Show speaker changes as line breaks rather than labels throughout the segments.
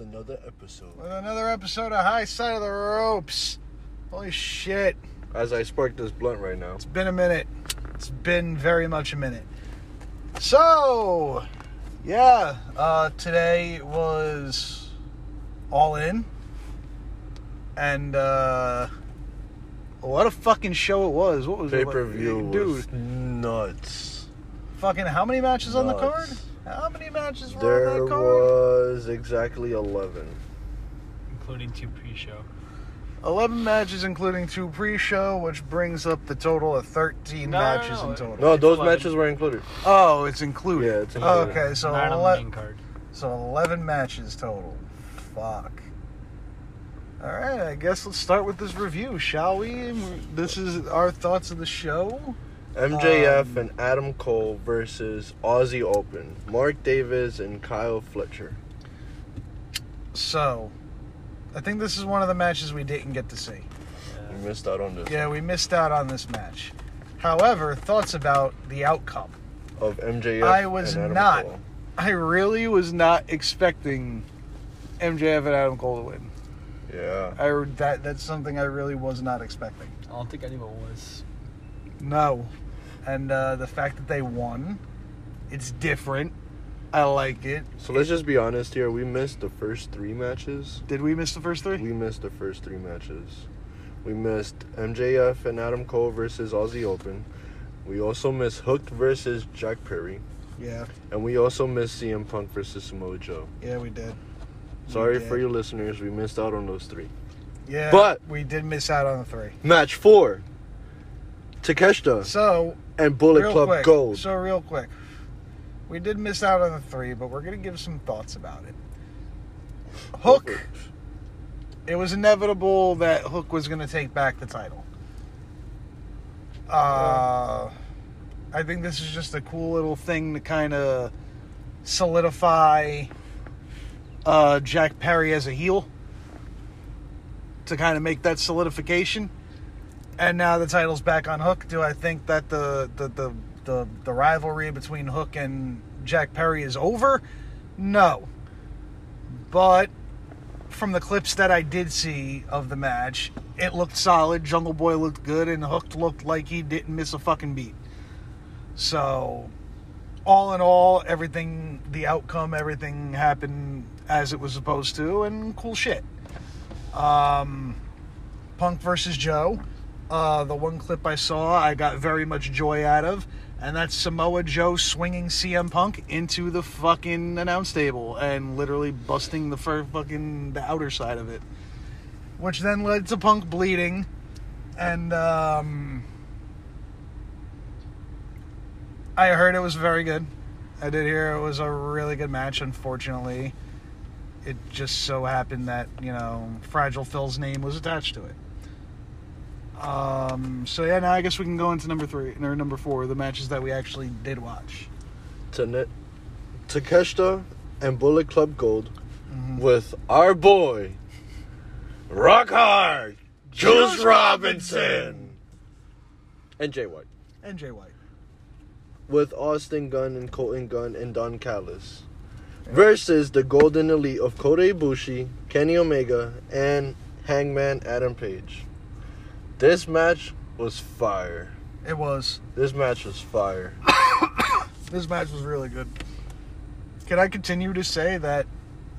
another episode.
With another episode of High Side of the Ropes. Holy shit.
As I spark this blunt right now.
It's been a minute. It's been very much a minute. So, yeah, uh, today was all in. And uh, what a fucking show it was. What was
Pay
it?
per view
Like,
was
Dude,
nuts.
fucking how many matches on the card?
Nuts.
How many matches were on
There
that card?
was exactly 11.
including two pre-show.
11 matches, including two pre show, which brings up the total of 13
No, no,
matches
no.
in total.
No,
It's
those
11.
matches were included.
Oh, it's included.
Yeah, it's included.
Okay, so
Nine on the
ele-
main card.
so eleven matches total. Fuck. All right, I guess let's start with this review, shall we? This is our thoughts of the show.
MJF
Um,
and Adam Cole versus Aussie Open. Mark Davis and Kyle Fletcher.
So, I think this is one of the matches we didn't get to see.
We missed out on this.
Yeah, we missed out on this match. However, thoughts about the outcome.
Of MJF.
I was
and Adam
not.
Cole.
I really was not expecting MJF and Adam Cole to win.
Yeah.
I that that's something I really was not expecting.
I don't think anyone was.
No. And uh, the fact that they won, it's different. I like it.
So let's just be honest here. We missed the first three matches.
Did we miss the first three?
We missed the first three matches. We missed MJF and Adam Cole versus Aussie Open. We also missed Hooked versus Jack Perry.
yeah,
And we also missed CM Punk versus Samoa Joe.
yeah, we did.
Sorry
did.
for you listeners, we missed out on those three.
Yeah,
But-
we did miss out on the three.
Match four Takeshita
So
and Bullet
real
Club
quick,
Gold.
So real quick, we did miss out on the three, but we're gonna give some thoughts about it. Hook. It was inevitable that Hook was gonna take back the title. Uh, I think this is just a cool little thing to kind of solidify uh, Jack Perry as a heel to kind of make that solidification. And now the title's back on Hook. Do I think that the the the the, the rivalry between Hook and Jack Perry is over? No. But from the clips that I did see of the match, it looked solid. Jungle Boy looked good, and Hook looked like he didn't miss a fucking beat. So, all in all, everything, the outcome, everything happened as it was supposed to, and cool shit. Um, Punk versus Joe. Uh, the one clip I saw, I got very much joy out of, and that's Samoa Joe swinging CM Punk into the fucking announce table and literally busting the fir- fucking the outer side of it, which then led to Punk bleeding, and um, I heard it was very good. I did hear it was a really good match. Unfortunately, it just so happened that you know Fragile Phil's name was attached to it. Um, so yeah, now I guess we can go into number three or number four, the matches that we actually did watch.
Tane- Takeshita and Bullet Club Gold with our boy, Rock Hard, Juice Robinson, and Jay White.
And Jay White.
With Austin Gunn and Colton Gunn and Don Callis versus the Golden Elite of Kota Ibushi, Kenny Omega, and Hangman Adam Page. This match was fire.
It was.
This match was fire.
This match was really good. Can I continue to say that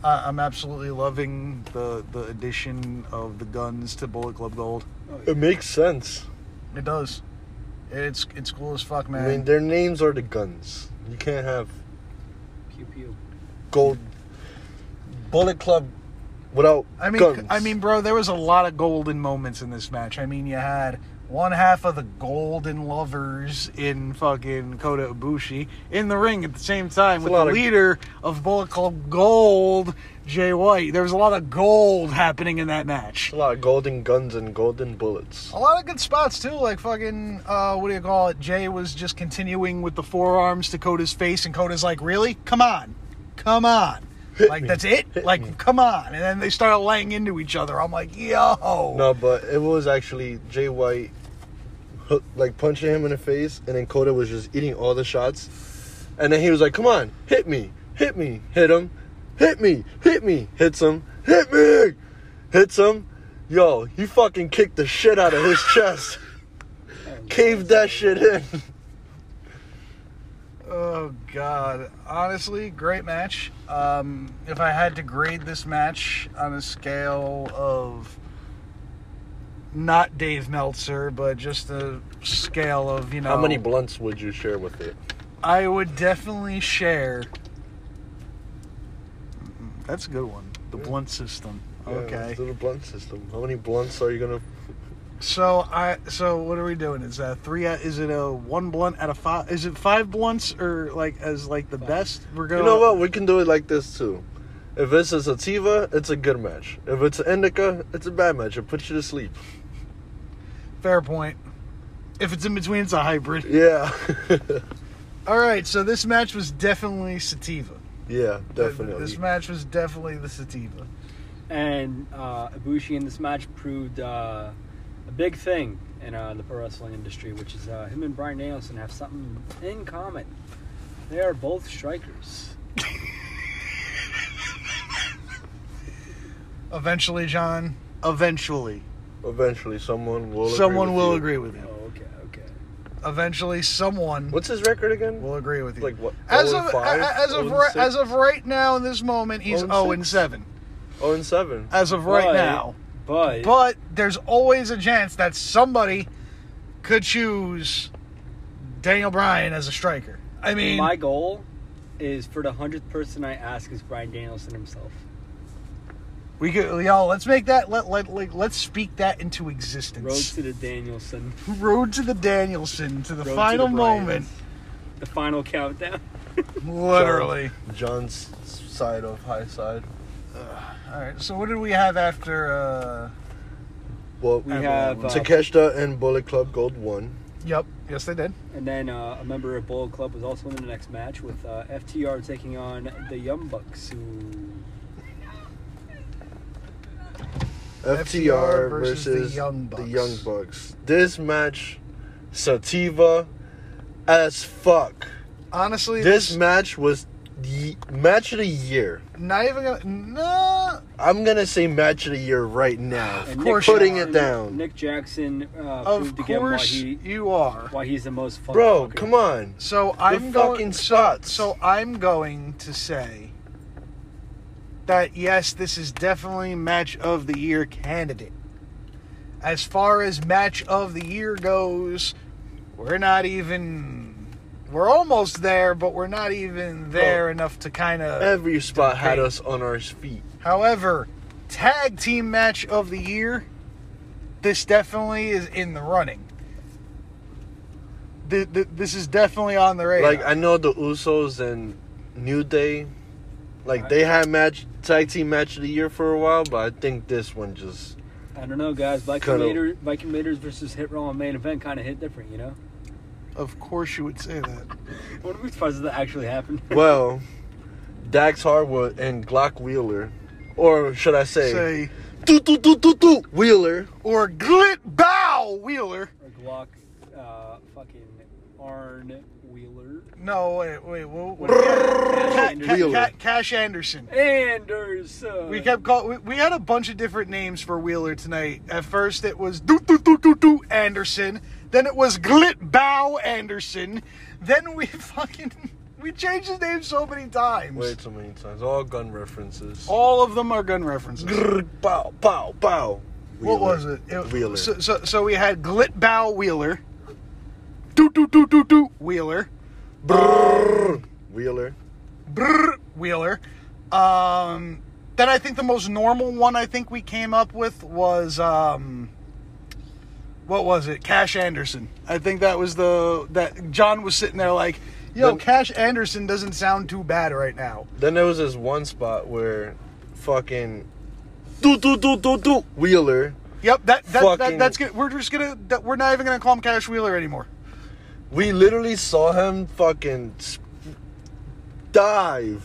uh, I'm absolutely loving the the addition of the guns to Bullet Club Gold?
It makes sense.
It does. It's it's cool as fuck, man.
I mean, their names are the guns. You can't have
Pew pew.
gold bullet club without
I mean,
guns.
I mean, bro, there was a lot of golden moments in this match. I mean, you had one half of the golden lovers in fucking Kota Ibushi in the ring at the same time
It's a
with the
lot of-
leader of Bullet Club Gold, Jay White. There was a lot of gold happening in that match.
a lot of golden guns and golden bullets.
A lot of good spots too, like fucking uh, what do you call it? Jay was just continuing with the forearms to Coda's face, and Coda's like, "Really? Come on, come on." like
me.
that's it.
Hit
like
me.
come on, and then they start laying into each other. I'm like, yo,
No, but it was actually Jay White, hook, like punching him in the face, and then Kota was just eating all the shots, and then he was like, "Come on, hit me, hit me, hit him." hit me, hit me, hits him, hit me, hits him. Yo, he fucking kicked the shit out of his chest, caved that shit in.
Oh God! Honestly, great match. Um, if I had to grade this match on a scale of not Dave Meltzer, but just a scale of you know,
How many blunts would you share with it?
I would definitely share. Mm-hmm. That's a good one. The blunt system.
Yeah,
Okay.
let's do the blunt system. How many blunts are you gonna?
So I. So what are we doing? Is that three? out- Is it a one blunt out of five? Is it five blunts or like as like the best? We're
You
going.
know what? We can do it like this too. If it's a sativa, it's a good match. If it's an indica, it's a bad match. It puts you to sleep.
Fair point. If it's in between, it's a hybrid.
Yeah.
All right, so this match was definitely sativa.
yeah,
Th-
definitely.
This match was definitely the sativa.
And uh, Ibushi in this match proved uh, a big thing in uh, the pro wrestling industry, which is uh, him and Brian Danielson have something in common. They are both strikers.
Eventually, John. Eventually,
Eventually, someone will.
someone
agree with
will
you.
agree with
Oh,
you.
okay, okay.
Eventually, someone
What's his record again?
will agree with you.
Like what?
as
0
of
and five,
a- a- as of
0 and
right,
six?
as of right now in this moment, he's
0 and
zero and
six?
seven.
oh and seven.
As of right
But-
now,
But,
but there's always a chance that somebody could choose Daniel Bryan as a striker. I mean,
my goal is for the hundredth person I ask is Brian Danielson himself.
We could, y'all. Let's make that. Let let, let let's speak that into
Road
existence.
to the Danielson.
Road to, the Danielson to the
Road to
final
the Bryans.
moment.
The final countdown.
Literally.
John's side of high side.
All right. So what did we have after? uh
Well,
We have uh,
Takeshita and Bullet Club Gold won.
Yep. Yes, they did.
And then uh, a member of Bullet Club was also in the next match with uh, FTR taking on the Yum Bucks, who
FTR,
FTR
versus, the Young Bucks. This match, sativa as fuck.
Honestly,
This match was the match of the year.
not even gonna. No.
I'm gonna say match of the year right now.
and
Of course
putting
you are.
it down.
Nick Jackson uh,
Of
proved again why
course
he
you are.
why he's the most fun.
Bro, come on.
So I'm
the
going.
fucking
so-
spots.
So I'm going to say that yes, this is definitely match of the year candidate. As far as match of the year goes, we're not even we're almost there, but we're not even there enough to kind of
every spot had
debate.
us on our feet.
However, tag team match of the year, this definitely is in the running. Th- th- This is definitely on the radar.
Like I know the Usos and New Day, like they had match tag team match of the year for a while, but I think this one just
I don't know, guys. Viking
Cut out.
Raiders, Viking Raiders versus Hit Roll and main event kind of hit different, you know.
of course, you would say that.
I wonder if surprised if that actually happened.
well, Dax Harwood and Glock Wheeler, or should I say,
say
do do do do do Wheeler?
or glit bow wheeler
or Glock, uh, fucking Arn Wheeler,
no wait wait whoa, whoa. Ca-
Brrrr.
Ca-
Wheeler.
Ca- cash anderson
Anderson.
we kept call we, we had a bunch of different names for wheeler tonight at first it was do do do do do anderson then it was glit bow anderson then we fucking we changed his name so many times
Way too many times. All gun references.
all of them are gun references
Grrr, bow bow bow.
What
Wheeler.
was it? It-
Wheeler.
So, so, so we had Glit Bow Wheeler. Do do do do do Wheeler.
Brrr. Wheeler.
Brrr, Wheeler. Um, then I think the most normal one I think we came up with was um, what was it? Cash Anderson. I think that was the that John was sitting there like, yo,
The-
Cash Anderson doesn't sound too bad right now.
Then there was this one spot where fucking do do do do do Wheeler
Yep, that, that, that
Fucking-
that's good. We're just gonna that, we're not even gonna call him Cash Wheeler anymore.
We literally saw him fucking s- dive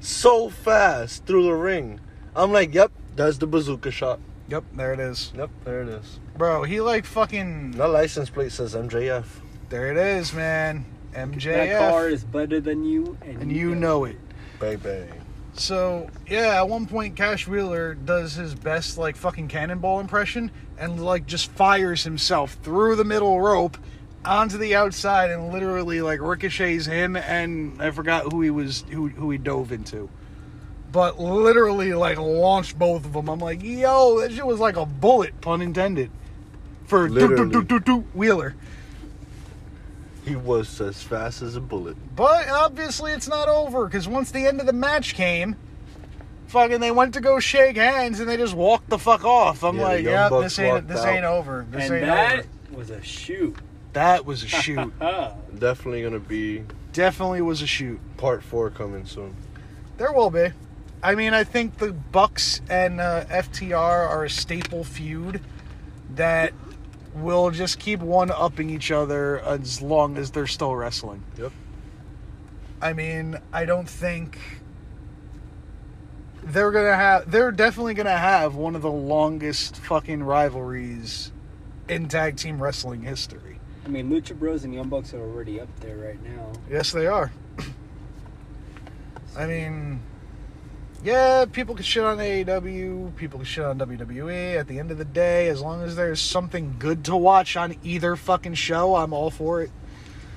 so fast through the ring. I'm like, yep, that's the bazooka shot.
Yep, there it is,
Yep, there it is.
bro. He like fucking.
That license plate says MJF.
There it is, man. MJF.
That car is better than you, and,
and you know it.
Bang bang.
So yeah, at one point Cash Wheeler does his best like fucking cannonball impression and like just fires himself through the middle rope onto the outside and literally like ricochets him and I forgot who he was who who he dove into. But literally like launched both of them. I'm like, yo, that shit was like a bullet, pun intended. For do- do- do- do- do- Wheeler.
He was as fast as a bullet.
But obviously, it's not over because once the end of the match came, fucking they went to go shake hands and they just walked the fuck off. I'm
Yeah, the
like,
Young
yeah,
Bucks
this ain't
walked
this
out.
ain't over. This ain't
and that
over.
was a shoot.
That was a shoot.
Ah.
Definitely gonna be
Definitely was a shoot.
part four coming soon.
There will be. I mean, I think the Bucks and uh, FTR are a staple feud that will just keep one upping each other as long as they're still wrestling.
Yep.
I mean, I don't think they're gonna have. They're definitely gonna have one of the longest fucking rivalries in tag team wrestling history.
I mean, Lucha Bros and Young Bucks are already up there right now.
Yes, they are. I mean, yeah, people can shit on AEW, people can shit on WWE. At the end of the day, as long as there's something good to watch on either fucking show, I'm all for it.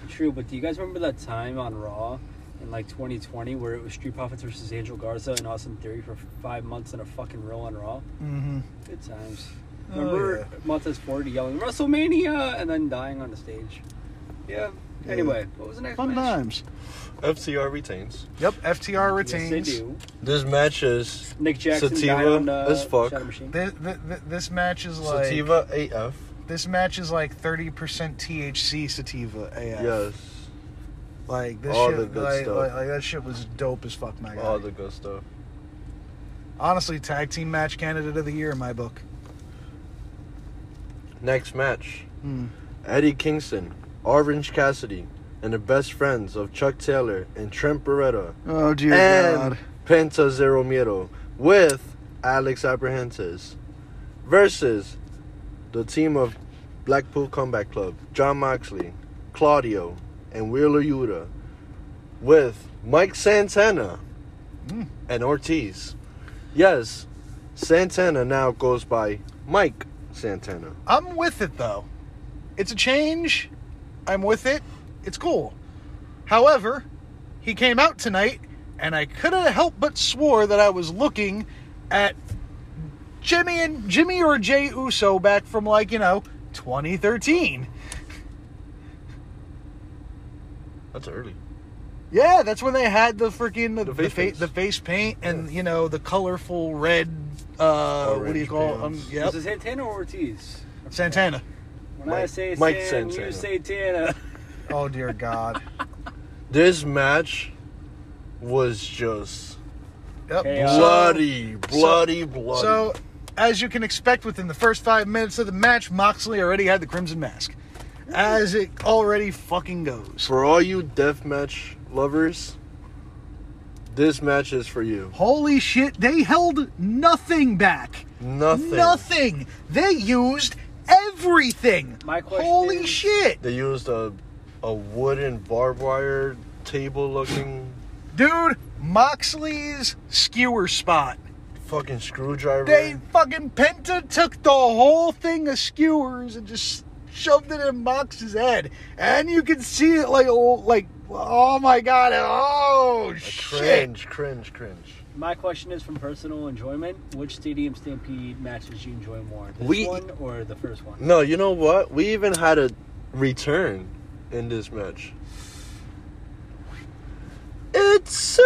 True, but do you guys remember that time on Raw in like 2020 where it was Street Profits versus Angel Garza and Austin Theory for five months in a fucking row on Raw?
Mm-hmm.
Good times.
Oh,
Remember Montez Ford yelling WrestleMania and then dying on the stage. Yeah.
Yeah.
Anyway, what was the next
Fun
match?
times.
FTR retains.
Yep, FTR retains.
Yes, they do.
This match is
Nick Jackson died
Sativa
on uh,
as fuck.
Shadow Machine.
This, this, match is like
Sativa AF.
this match is like thirty percent THC sativa AF.
Yes.
Like this
All
shit,
the good
like,
stuff.
Like, like that shit was dope as fuck, my guy.
All the good stuff.
Honestly, tag team match candidate of the year in my book.
Next match.
Hmm.
Eddie Kingston, Orange Cassidy, and the best friends of Chuck Taylor and Trent Beretta
Oh dear
and Penta Zero Miedo with Alex Apprehenses versus the team of Blackpool Combat Club, John Moxley, Claudio, and Wheeler Yuta with Mike Santana
Mm.
and Ortiz. Yes, Santana now goes by Mike Santana.
I'm with it though. It's a change. I'm with it. It's cool. However, he came out tonight, and I couldn't help but swore that I was looking at Jimmy and Jimmy or Jay Uso back from like you know 2013.
That's early.
Yeah, that's when they had the freaking the, the,
The face
face,
paints.
the face paint and you know the colorful red. Uh, what do you
Orange
call it? Um,
pants.
yep,
Was it Santana or Ortiz?
Santana.
When I
Mike-
say
Mike
San,
Santana.
you say Tana.
Oh dear God.
This match was just
Yep.
Chaos.
bloody, bloody, bloody.
So, as you can expect, within the first five minutes of the match, Moxley already had the Crimson Mask, as it already fucking goes.
For all you deathmatch lovers, this match is for you.
Holy shit! They held nothing back.
Nothing.
Nothing. They used everything.
My question
Holy
is-
shit!
They used a a wooden barbed wire table looking
Dude, Moxley's skewer spot.
fucking screwdriver.
They fucking Penta took the whole thing of skewers and just shoved it in Mox's head, and you can see it like, oh, like, oh my god, oh shit.
cringe, cringe, cringe.
My question is from personal enjoyment: Which Stadium Stampede matches you enjoy more, this
We-
one or the first
Mm.
one?
No, you know what? We even had a return in this match. It's Sue!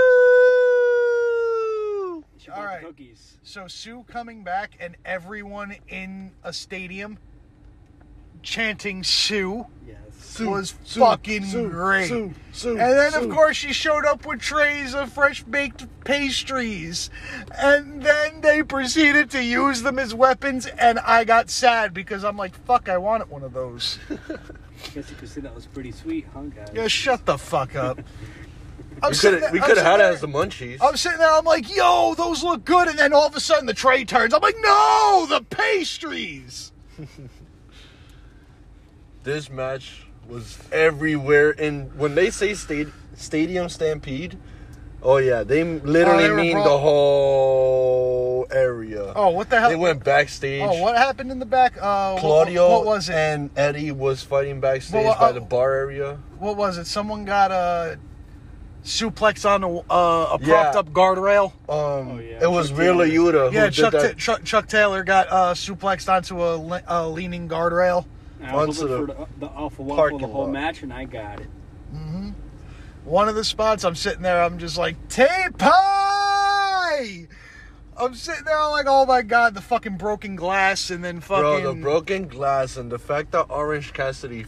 She
All
bought the
right.
Cookies.
So Sue coming back and everyone in a stadium chanting Sue,
Yes.
Sue,
was
Sue,
fucking
Sue,
great.
Sue, Sue,
and then
Sue.
of course she showed up with trays of fresh baked pastries, and then they proceeded to use them as weapons, and I got sad because I'm like, fuck, I wanted one of those.
I guess you could say that was pretty sweet, huh, guys?
Yeah, shut the fuck up. I'm
we
sitting
could
there-
we
I'm
could have had
sitting
it as
there-
the munchies.
I'm sitting there, I'm like, yo, those look good. And then all of a sudden the tray turns. I'm like, no, the pastries.
this match was everywhere and when they say sta- stadium stampede Oh yeah, they literally
they were
mean
bro-
the whole area.
Oh, what the hell?
They went backstage.
Oh, what happened in the back? Uh, what-
Claudio
What, was it?
and Eddie was fighting backstage
Well, uh,
by the bar area.
What was it? Someone got a suplex on a, uh, a
Yeah.
propped up guardrail.
Um,
yeah,
it was
Chuck
Real
Taylor.
Ayuda Uh, who
oh, Yeah,
did
Chuck, Ta-
that.
Chuck, Chuck Taylor got uh, suplexed onto a, le- a leaning guardrail.
I was
Onto
looking
the
for the, the alpha one for
parking
the whole
lot.
match, and I got it.
One of the spots, I'm sitting there, I'm just like, tape pie! I'm sitting there I'm like, oh my god, the fucking broken glass, and then fucking.
Bro, the broken glass and the fact that Orange Cassidy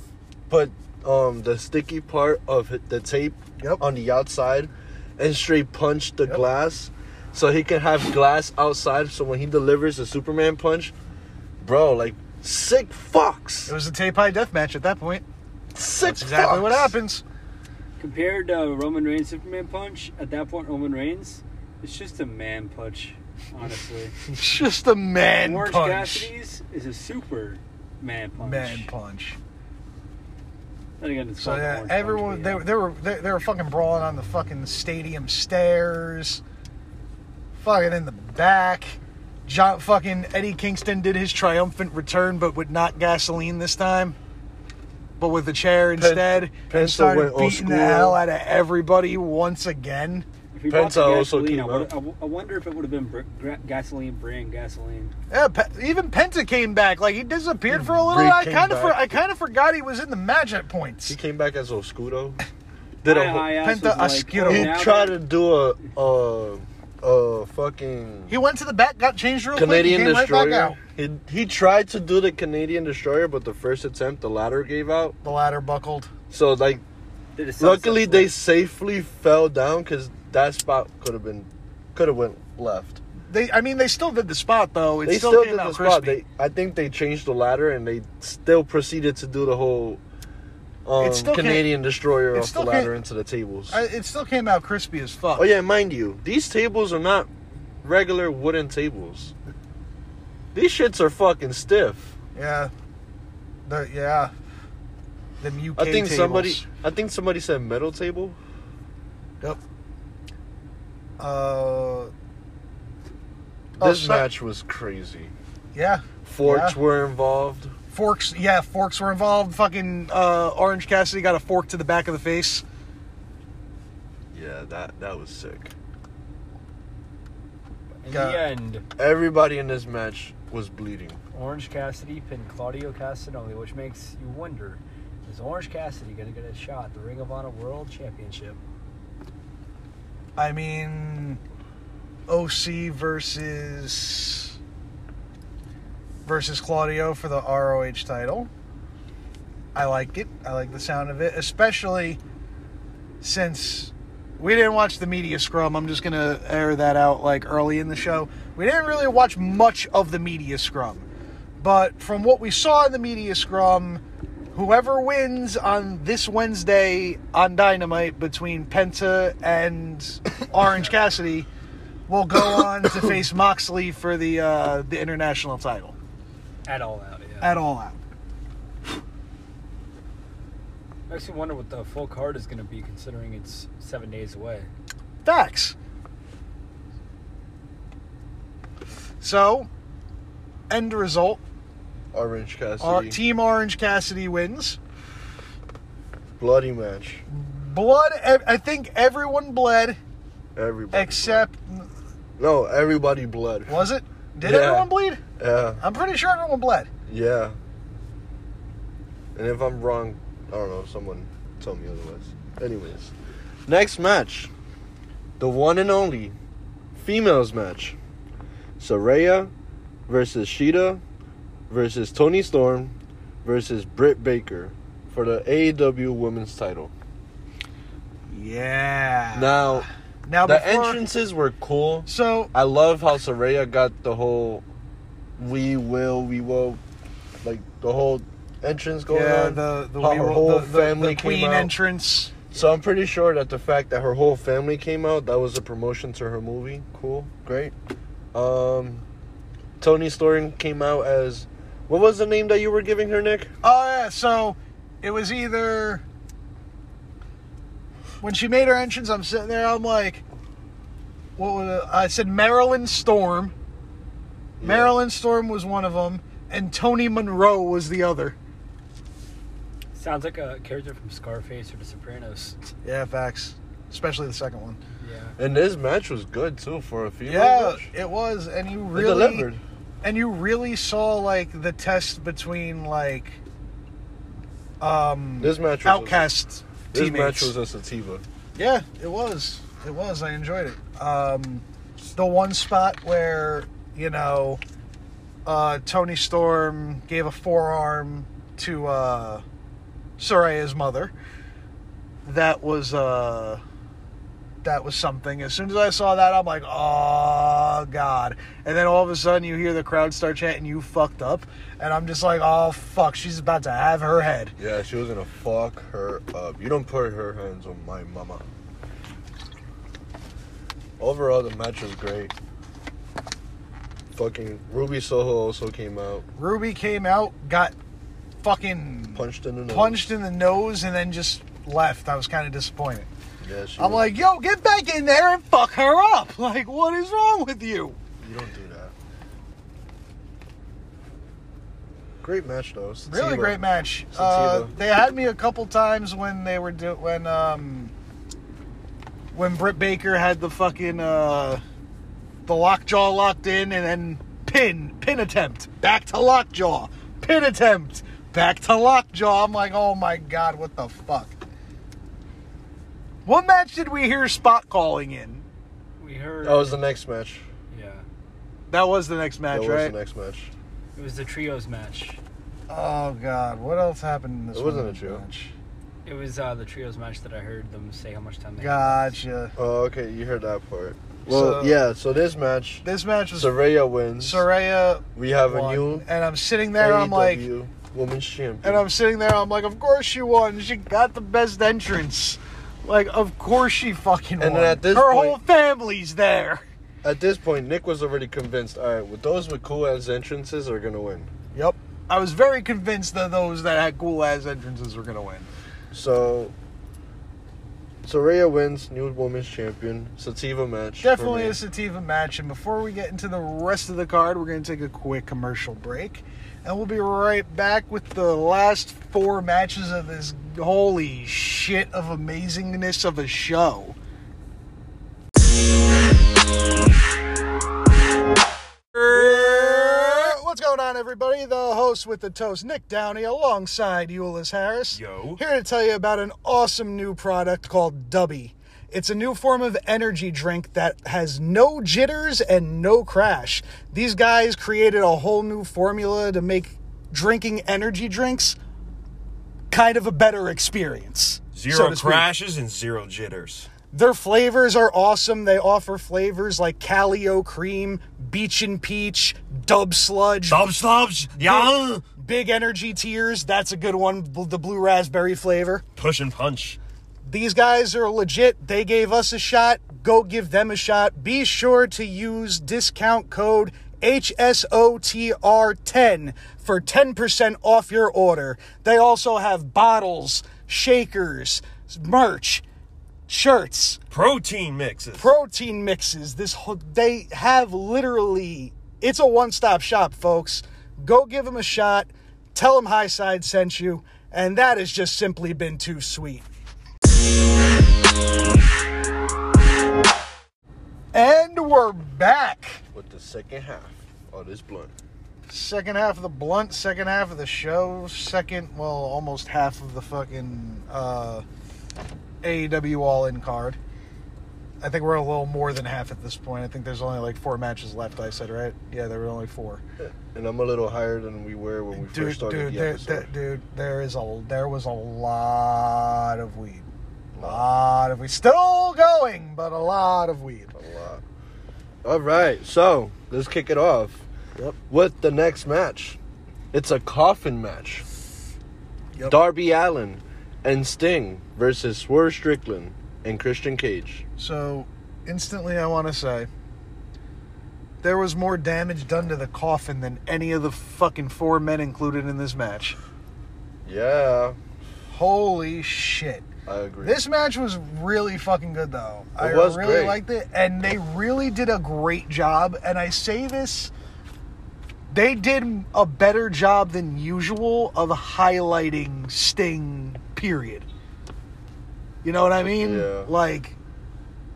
put um the sticky part of hi- the tape
Yep.
on the outside and straight punched the
Yep.
glass so he can have glass outside so when he delivers a Superman punch, bro, like sick
It
fox.
was a tape pie death match at that point.
Sick
That's exactly
fox.
what happens.
Compared to Roman Reigns Superman punch, at that point Roman Reigns, it's just a man punch, honestly.
It's just a man
Orange
punch.
Cassidy's is a super man punch.
Man punch.
Then again, it's
So
called
yeah,
Orange Punch,
everyone
but
they,
uh,
yeah.
were- they were they, they were fucking brawling on the fucking stadium stairs, fucking in the back. John fucking Eddie Kingston did his triumphant return, but with not gasoline this time, but with a chair instead,
Penta
and started
went old
beating the
school.
hell out of everybody once again.
If he brought the
Penta also
gasoline, I,
came out.
would, I w- I wonder if it would have been br- gra- gasoline, brand gasoline.
Yeah, Pe- even Penta came back. Like he disappeared for a little.
He
I
came
kind of for,
back.
I kind of forgot he was in the match at points.
He came back as Oscudo. Did a whole-
My ass was
Penta
like,
Ascuro.
oh,
he
now
tried
that-
to do a uh uh fucking
He went to the back, got changed real
Canadian
quick, and came right
destroyer.
back out.
He he tried to do the Canadian destroyer, but the first attempt the ladder gave out.
The ladder buckled.
So like,
did a sunset
luckily
flip.
they safely fell down because that spot could have been could have went left.
They, I mean, they still did the spot though. It
they
still,
still,
came
did
out
the
crispy.
spot. They I think they changed the ladder and they still proceeded to do the whole. Um,
It still came-
Canadian destroyer
it
off the
still
ladder
came-
into the tables.
I, it still came out crispy as fuck.
oh yeah, mind you, these tables are not regular wooden tables. These shits are fucking stiff.
yeah, the yeah, the UK
I think
tables.
somebody I think somebody said metal table.
Yep. Uh,
This
Oh, so-
match was crazy.
yeah,
Forks
Yeah.
were involved.
forks. Yeah, forks were involved. Fucking uh, Orange Cassidy got a fork to the back of the face.
Yeah, that that was sick.
In
got-
the end,
Everybody in this match was bleeding.
Orange Cassidy pinned Claudio Castagnoli, which makes you wonder: Is Orange Cassidy going to get a shot at the Ring of Honor World Championship?
I mean, OC versus versus Claudio for the ROH title. I like it. I like the sound of it, especially since we didn't watch the media scrum. I'm just gonna air that out like early in the show. We didn't really watch much of the media scrum, but from what we saw in the media scrum, whoever wins on this Wednesday on Dynamite between Penta and Orange Cassidy will go on to face Moxley for the uh, the international title
At all out, yeah.
at All Out.
Makes me wonder what the full card is going to be, considering it's seven days away.
Facts. So, end result:
Orange Cassidy.
our Team Orange Cassidy wins.
Bloody match.
Blood. ev- I think everyone bled
Everybody.
except
bled. No, everybody bled.
was it? Did
Yeah.
everyone bleed?
Yeah.
I'm pretty sure everyone bled.
Yeah. And if I'm wrong, I don't know, someone tell me otherwise. Anyways. Next match. The one and only females match. Soraya versus Sheeta versus Tony Storm versus Britt Baker for the AEW women's title.
Yeah.
Now,
Ah. Now
the
before,
entrances were cool.
So
I love how Soraya got the whole we will, we will, like the whole entrance going
yeah,
on.
the the,
How
we
her
were-
whole
the, the-
family
the
came
queen
out.
entrance.
So I'm pretty sure that the fact that her whole family came out, that was a promotion to her movie. Cool, great. Um, Tony Storm came out as what was the name that you were giving her, Nick?
Oh yeah, so it was either when she made her entrance. I'm sitting there. I'm like, what was it? I said Marilyn Storm.
Yeah.
Marilyn Storm was one of them, and Tony Monroe was the other.
Sounds like a character from Scarface or The Sopranos.
Yeah, facts. Especially the second one.
Yeah.
And this match was good too for a female.
Yeah,
match.
it was, and you
They
really
delivered.
and you really saw like the test between like um
This match was
outcast
This
teammates.
match was a sativa.
yeah, it was. It was. I enjoyed it. Um, the one spot where you know uh, Tony Storm gave a forearm to uh, Soraya's mother. That was uh, that was something. As soon as I saw that, I'm like, oh god! And then all of a sudden, you hear the crowd start chanting, "You fucked up," and I'm just like, oh fuck, she's about to have her head.
Yeah, she was gonna fuck her up. You don't put her hands on my mama. Overall, the match was great. Fucking Ruby Soho also came out,
Ruby came out, got fucking
punched in the nose.
punched in the nose, and then just left. I was kind of disappointed.
Yeah, she
I'm
was-
like, yo, get back in there and fuck her up. Like, what is wrong with you?
you don't do that. Great match though. Sativa.
Really great match. Uh,
Sativa.
they had me a couple times when they were do- when um when Britt Baker had the fucking uh the lockjaw locked in and then pin pin attempt back to lockjaw pin attempt back to lockjaw. I'm like, oh my god, what the fuck? What match did we hear spot calling in?
We heard.
That Oh, was the next match.
yeah.
That was the next match,
that was
right?
the next match.
It was the trios match.
Oh god, what else happened in this?
It wasn't a
women's
trio.
match?
It was uh, the trios match that I heard them say how much time they
Gotcha.
Oh, okay, you heard that part. Well,
So-
yeah. So this match,
This match was
Soraya wins.
Soraya
we have a
won,
new E
and I'm sitting there. I'm like,
AEW women's champion.
and I'm sitting there. I'm like, of course she won. She got the best entrance. Like, of course she fucking
And
won.
at this
Her
point-
whole family's there.
At this point, Nick was already convinced. All right, with those with cool ass entrances are gonna win.
Yep. I was very convinced that those that had cool ass entrances were gonna win.
So, Soraya wins, new women's champion, Sativa match. for
Definitely
me.
a sativa match. And before we get into the rest of the card, we're going to take a quick commercial break. And we'll be right back with the last four matches of this holy shit of amazingness of a show. What's going on, everybody? The host with the toast, Nick Downey, alongside Euless Harris.
Yo.
Here to tell you about an awesome new product called Dubby. It's a new form of energy drink that has no jitters and no crash. These guys created a whole new formula to make drinking energy drinks kind of a better experience. so
Zero
to speak.
crashes and zero jitters.
Their flavors are awesome. They offer flavors like Calio Cream, Beach and Peach, Dub Sludge,
Dub slobs, yeah.
Big Energy Tears. That's a good one. bl- The Blue Raspberry flavor.
Push and punch.
These guys are legit. They gave us a shot. Go give them a shot. Be sure to use discount code HSOTR10 for 10% off your order. They also have bottles, shakers, merch, shirts,
Protein mixes.
protein mixes. This whole, they have literally it's a one-stop shop, folks. Go give them a shot. Tell them High Side sent you, and that has just simply been too sweet. And we're back.
with the second half of this blunt.
Second half of the blunt, second half of the show, second, well, almost half of the fucking uh, AEW All In card. I think we're a little more than half at this point. I think there's only like four matches left. I said right? Yeah, there were only four.
And I'm a little higher than we were when we
Dude,
first started
dude,
the
there,
episode.
there, dude, there is a there was a lot of weed, lot of weed. Still going, but a lot of weed.
A lot. All right, so let's kick it off
Yep.
with the next match. It's a coffin match.
Yep.
Darby Allen and Sting versus Swerve Strickland and Christian Cage.
So, instantly, I want to say there was more damage done to the coffin than any of the fucking four men included in this match.
Yeah.
Holy shit.
I agree.
This match was really fucking good, though. I
was
really
great.
liked it, and they really did a great job. And I say this, they did a better job than usual of highlighting Sting. Period. You know what I mean?
Yeah.
Like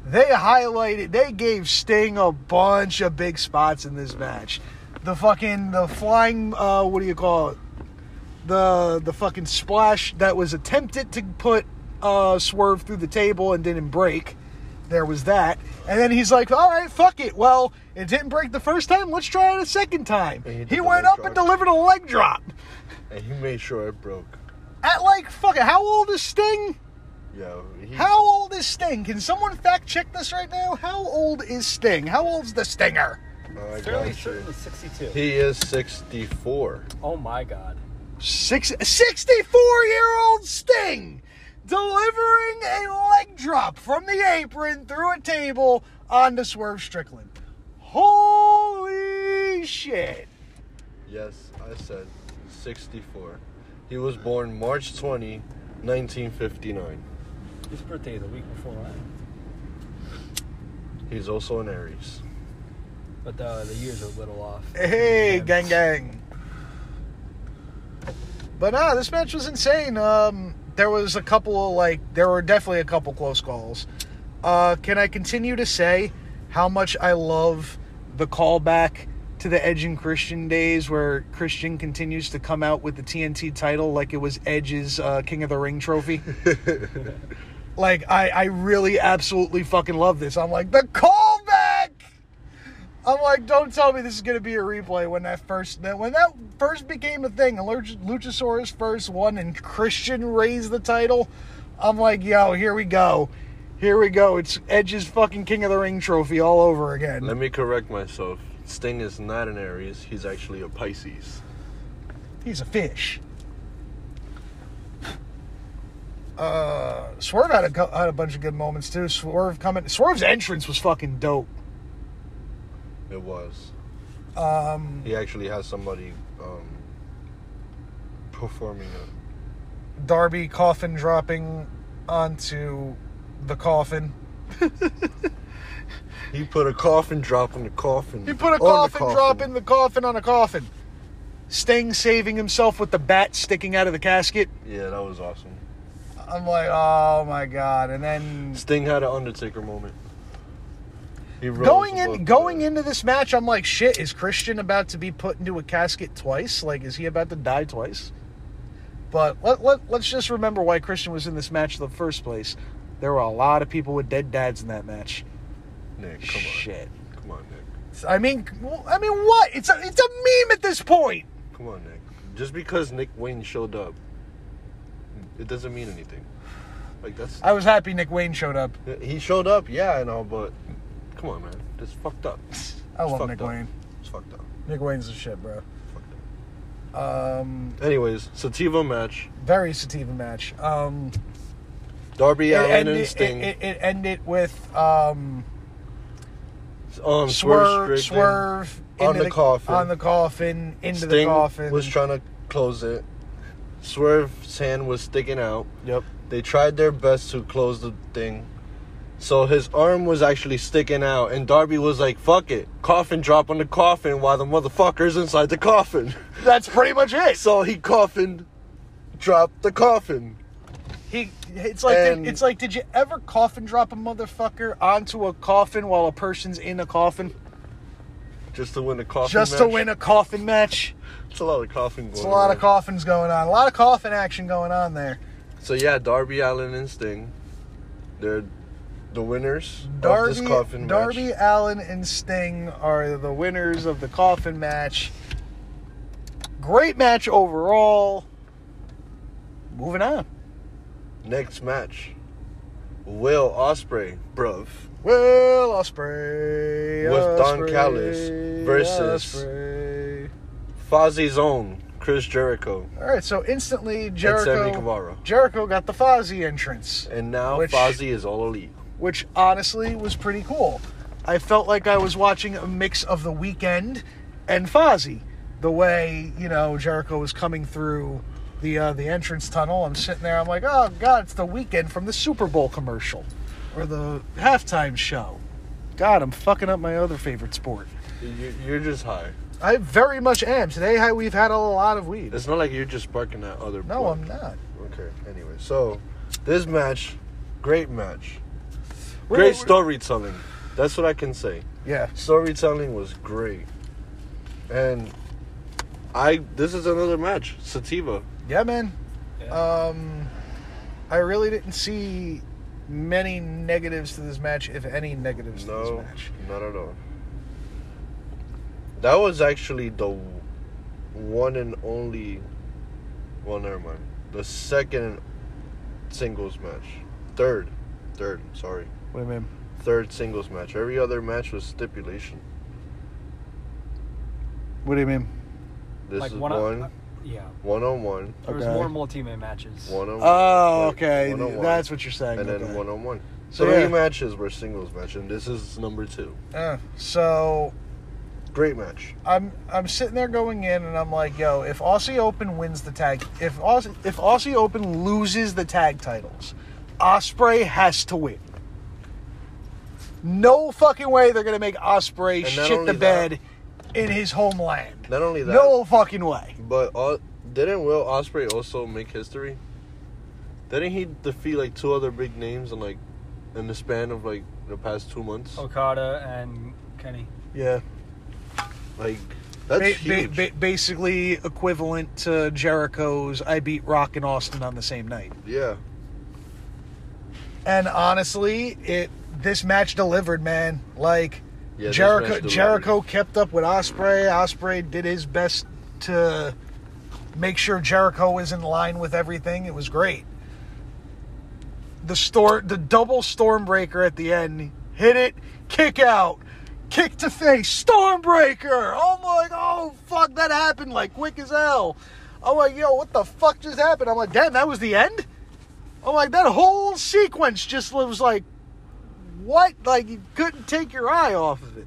they highlighted, they gave Sting a bunch of big spots in this match. The fucking the flying, uh, what do you call it? the the fucking splash that was attempted to put uh, Swerve through the table and didn't break. There was that, and then he's like, "All right, fuck it. Well, it didn't break the first time. Let's try it a second time."
And he did
He
the
went
leg
up and
drop.
delivered a leg drop
and he made sure it broke.
at like fucking how old is Sting?
Yeah. He,
How old is Sting? Can someone fact check this right now? How old is Sting? How old's the Stinger?
I got
Fairly
you.
certain it's 62.
He is 64.
oh my god.
Six, 64 year old Sting delivering a leg drop from the apron through a table onto Swerve Strickland. Holy shit.
Yes, I said 64. He was born March 20, 1959.
His birthday is a week before mine.
He's also an Aries.
But uh, the, the years are a little off.
Hey,
Yeah.
gang, gang. But nah, this match was insane. Um, there was a couple of like, there were definitely a couple close calls. Uh, can I continue to say how much I love the callback to the Edge and Christian days, where Christian continues to come out with the TNT title like it was Edge's uh, King of the Ring trophy? like, I, I really absolutely fucking love this. I'm like the callback. I'm like, don't tell me this is gonna be a replay when that first that when that first became a thing, and Luch- Luchasaurus first won and Christian raised the title. I'm like, yo, here we go, here we go. It's Edge's fucking King of the Ring trophy all over again.
Let me correct myself. Sting is not an Aries, he's actually a Pisces.
He's a fish. Uh, Swerve had a cou- had a bunch of good moments too. Swerve coming, Swerve's entrance was fucking dope.
It was.
Um,
He actually has somebody um, performing it.
Darby coffin dropping onto the coffin.
He put a coffin drop in the coffin.
He put a
on the
coffin, drop in the coffin on a coffin. Sting saving himself with the bat sticking out of the casket.
Yeah, that was awesome.
I'm like, oh my god! And then
Sting had an Undertaker moment. He rose
going in,
above
going
the-
into this match, I'm like, shit. Is Christian about to be put into a casket twice? Like, is he about to die twice? But let, let let's just remember why Christian was in this match in the first place. There were a lot of people with dead dads in that match.
Nick, come on.
Shit.
Come on, Nick.
I mean, I mean, what? It's a it's a meme at this point.
Come on, Nick. Just because Nick Wayne showed up, it doesn't mean anything. Like that's
I was happy Nick Wayne showed up.
he showed up, yeah, and all, but come on, man, it's fucked up. It's
I love
fucked
Nick
up.
Wayne.
It's fucked up.
Nick Wayne's the shit, bro.
Fucked up.
Um,
Anyways, sativa match.
very sativa match. Um,
Darby
it,
Allen
ended,
and Sting.
It, it, it ended with um,
um,
swerve,
Swerve, Strickland.
swerve
On
into
the coffin.
on the coffin, into
Sting
the coffin.
was trying to close it. Swerve's hand was sticking out.
Yep.
They tried their best to close the thing. So his arm was actually sticking out, and Darby was like, fuck it. Coffin drop on the coffin while the motherfucker's inside the coffin.
That's pretty much it.
so he coffined, dropped the coffin.
He, it's like, did,
And-
it's like, did you ever coffin drop a motherfucker onto a coffin while a person's in a coffin,
Just to win a coffin.
just to win a coffin match?
It's a lot of coffin going
It's a lot of
around.
coffins going on, a lot of coffin action going on there.
So yeah, Darby Allen and Sting. They're the winners of
Darby,
this coffin
Darby
match.
Allen and Sting are the winners of the coffin match. Great match overall. Moving on.
Next match. Will Osprey, bruv.
Will Osprey
With Don Callis versus- Fozzy's own, Chris Jericho.
All right, so instantly
And Sammy
Jericho
Guevara.
Jericho got the Fozzy entrance,
And now
Which-
Fozzy is all elite.
which honestly was pretty cool. I felt like I was watching a mix of The Weekend and Fozzy, the way you know Jericho was coming through the uh, the entrance tunnel. I'm sitting there. I'm like, oh god, it's the weekend from the Super Bowl commercial or the halftime show. God, I'm fucking up my other favorite sport.
You, you're just high.
I very much am. Today I, we've had a lot of weed.
It's not like you're just barking at other.
No,
point.
I'm not.
Okay. Anyway, so this match, great match,
We're- we're-
great storytelling. That's what I can say.
Yeah.
Storytelling was great, and I. This is another match, Sativa.
Yeah, man.
Yeah.
Um, I really didn't see many negatives to this match, if any negatives to
No,
this match.
not at all. That was actually the one and only. Well, never mind. The second singles match, third, third. Sorry.
What do you mean?
third singles match. Every other match was stipulation.
What do you mean?
This
like
is
one,
one
on- yeah.
one on one,
There was
Okay.
more multi-man matches.
one on one.
Oh, okay.
One on one,
That's what you're saying.
and then
okay.
one on one.
So,
So three
yeah.
matches were singles match, and this is number two.
Uh, so
Great match.
I'm I'm sitting there going in, and I'm like, yo, if Aussie Open wins the tag, if Aussie if Aussie Open loses the tag titles, Osprey has to win. No fucking way they're gonna make Osprey
And not
shit
only
the
that-
bed in his homeland.
Not only that,
No fucking way.
but all, didn't Will Osprey also make history? Didn't he defeat like two other big names in like in the span of like the past two months?
Oh, Okada and Kenny.
Yeah.
Like that's huge.
basically equivalent to Jericho's I beat Rock and Austin on the same night.
yeah,
And honestly, it this match delivered, man. Like
Yeah, this match
Jericho
delivered.
Jericho kept up with Osprey. Osprey did his best to make sure Jericho was in line with everything. It was great. The store the double stormbreaker at the end. Hit it, kick out, kick to face, stormbreaker. Oh my oh fuck that happened like quick as hell. I'm like, yo, what the fuck just happened? I'm like, damn, that was the end? I'm like, that whole sequence just was like, what? Like, you couldn't take your eye off of it.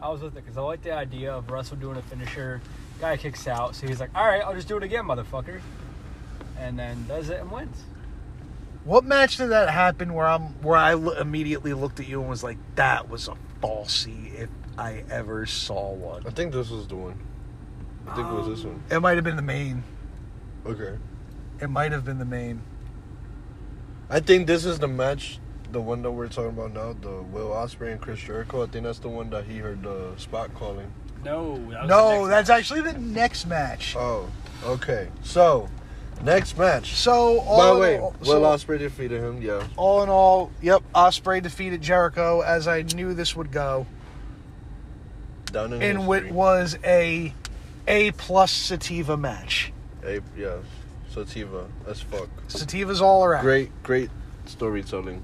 I was with it because I like the idea of Russell doing a finisher. Guy kicks out, so he's like, "All right, I'll just do it again, motherfucker," and then does it and wins.
What match did that happen where I'm where I l- immediately looked at you and was like, that was a falsy if I ever saw one.
I think this was the one. I think it was this one.
It might have been the main. Um,
Okay.
It might have been the main.
I think this is the match, the one that we're talking about now, the Will Osprey and Chris Jericho. I think that's the one that he heard the spot calling.
No, that was the
No,
next
that's
match.
actually the next match.
Oh, okay. So, next match.
So
By
all
the way,
in all,
Will
so
Osprey defeated him. Yeah,
all in all, yep, Osprey defeated Jericho as I knew this would go.
down in,
in what
history.
was a A plus sativa match.
A- yeah, Sativa as fuck.
Sativa's all around.
Great, great storytelling.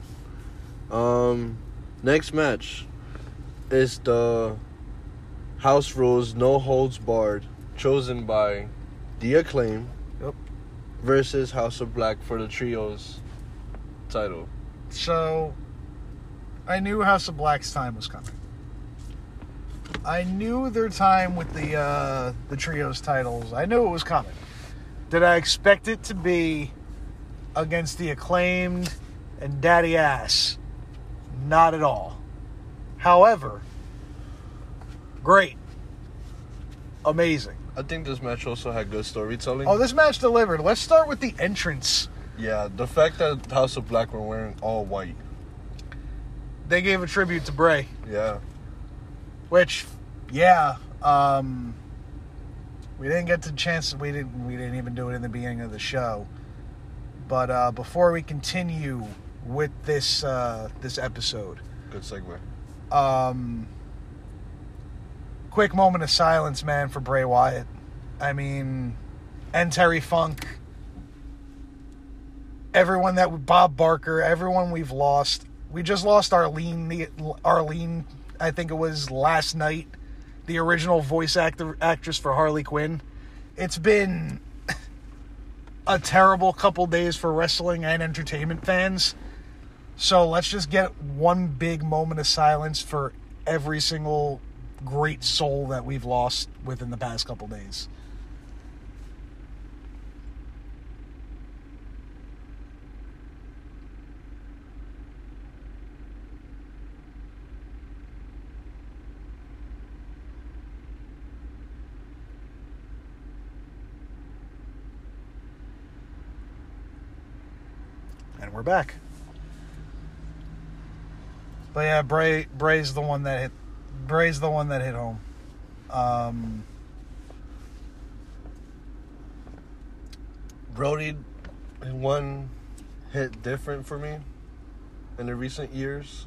Um, next match is the House Rules No Holds Barred, chosen by The Acclaim
Yep.
versus House of Black for the trios title.
So I knew House of Black's time was coming. I knew their time with the uh, the trios titles. I knew it was coming. Did I expect it to be against the acclaimed and daddy ass? Not at all. However, great. Amazing.
I think this match also had good storytelling.
Oh, this match delivered. Let's start with the entrance.
yeah, the fact that House of Black were wearing all white.
they gave a tribute to Bray,
Yeah,
which, yeah, um, we didn't get the chance. We didn't. We didn't even do it in the beginning of the show. But uh, before we continue with this uh, this episode,
good segue.
um, quick moment of silence, man, for Bray Wyatt. I mean, and Terry Funk. Everyone that Bob Barker, everyone we've lost. We just lost Arlene. The Arlene, I think it was last night, the original voice actor actress for Harley Quinn. It's been a terrible couple days for wrestling and entertainment fans. So let's just get one big moment of silence for every single great soul that we've lost within the past couple days. we're back. But yeah, Bray Bray's the one that hit Bray's the one that hit home. Um
Brody, one hit different for me in the recent years.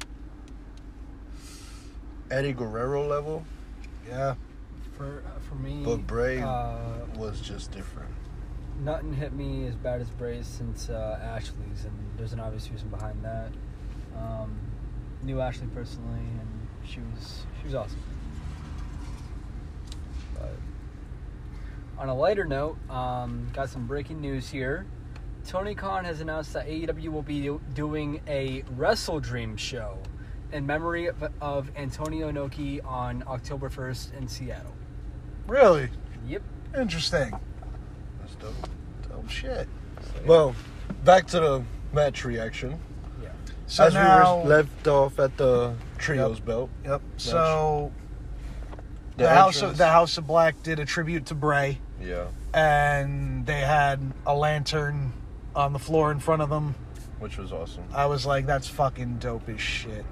Eddie Guerrero level,
yeah.
For uh, for me,
but Bray
uh,
was just different.
nothing hit me as bad as Bray's since uh, Ashley's, and there's an obvious reason behind that. Um, knew Ashley personally, and she was she was awesome. But on a lighter note, um, got some breaking news here. Tony Khan has announced that AEW will be do- doing a Wrestle Dream show in memory of, of Antonio Inoki on October 1st in Seattle.
Really?
Yep.
Interesting.
That's dope.
Oh shit.
Well, back to the match reaction.
yeah.
So
As
now
we were left off at the trios belt.
Yep. So
The
the, House of
entrance-
the House of Black did a tribute to Bray
Yeah,
and they had a lantern on the floor in front of them.
which was awesome.
I was like, that's fucking dope as shit.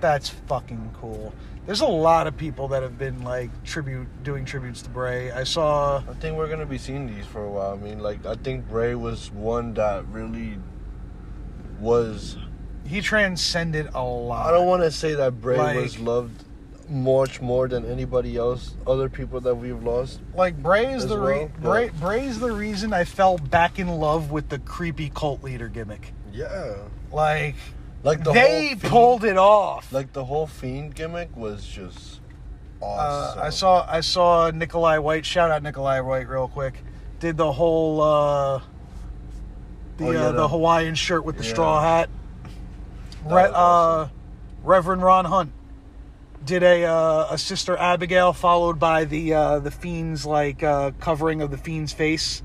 That's fucking cool. There's a lot of people that have been like tribute doing tributes to Bray. I saw
I think we're gonna be seeing these for a while. I mean, like I think Bray was one that really was.
he transcended a lot.
I don't want to say that Bray was
Like-
loved much more than anybody else. Other people that we've lost.
like Bray is
As
the
well,
re-
but-
Bray Bray's the reason I fell back in love with the creepy cult leader gimmick.
Yeah,
Like
like the
they
whole
pulled it off.
Fiend, like the whole fiend gimmick was just
Uh,
awesome.
I saw I saw Nikolai White. Shout out Nikolai White real quick. Did the whole uh, the
Oh, yeah,
uh, the
the-
Hawaiian shirt with the
Yeah.
straw hat.
That
Re-
was awesome.
uh, Reverend Ron Hunt did a uh, a Sister Abigail followed by the uh, the Fiend's like uh, covering of the Fiend's face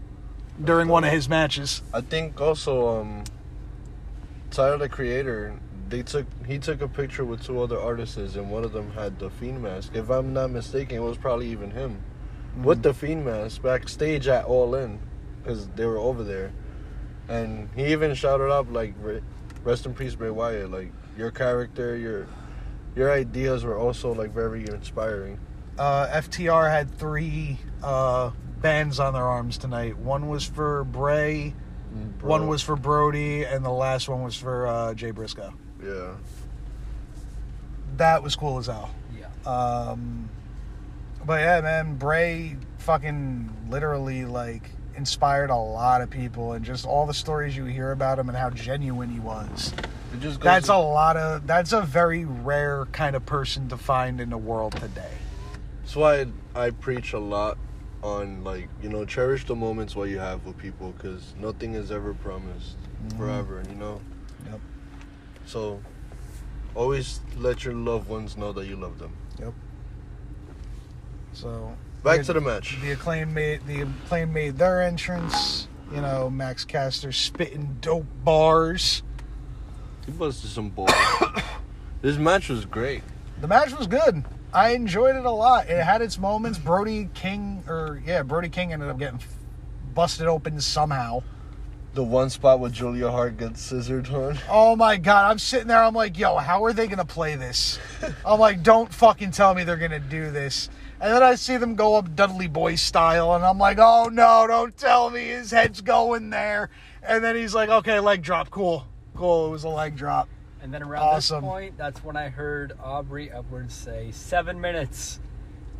during one of his matches.
I think also um Tyler the Creator they took he took a picture with two other artists and one of them had the fiend mask. If I'm not mistaken, it was probably even him with
Mm.
the fiend mask backstage at All In because they were over there, and he even shouted out like "Re- "Rest in peace, Bray Wyatt." Like your character, your your ideas were also like very inspiring.
uh, FTR had three uh, bands on their arms tonight. One was for Bray,
Bro.
Mm. one was for Brody, and the last one was for uh, Jay Briscoe.
Yeah,
That was cool as hell.
Yeah.
Um, but yeah, man, Bray fucking literally like inspired a lot of people, and just all the stories you hear about him and how genuine he was.
it just goes
That's
to-
a lot of. That's a very rare kind of person to find in the world today.
That's why I preach a lot on like you know cherish the moments while you have with people because nothing is ever promised forever. You know.
Yep.
So always let your loved ones know that you love them.
So
Back
Yeah.
to the match.
The acclaim made the acclaim made their entrance. You know, Max Caster spitting dope bars.
He busted some balls. this match was great.
The match was good. I enjoyed it a lot. It had its moments. Brody King, or yeah, Brody King ended up getting f- busted open somehow.
The one spot where Julia Hart gets scissored on.
Oh my god, I'm sitting there. I'm like, yo, how are they gonna play this? I'm like, don't fucking tell me they're gonna do this. And then I see them go up Dudley Boy style, and I'm like, oh no, don't tell me his head's going there. And then he's like, okay, leg drop, cool, cool. It was a leg drop.
And then around
Awesome.
this point, that's when I heard Aubrey Edwards say seven minutes.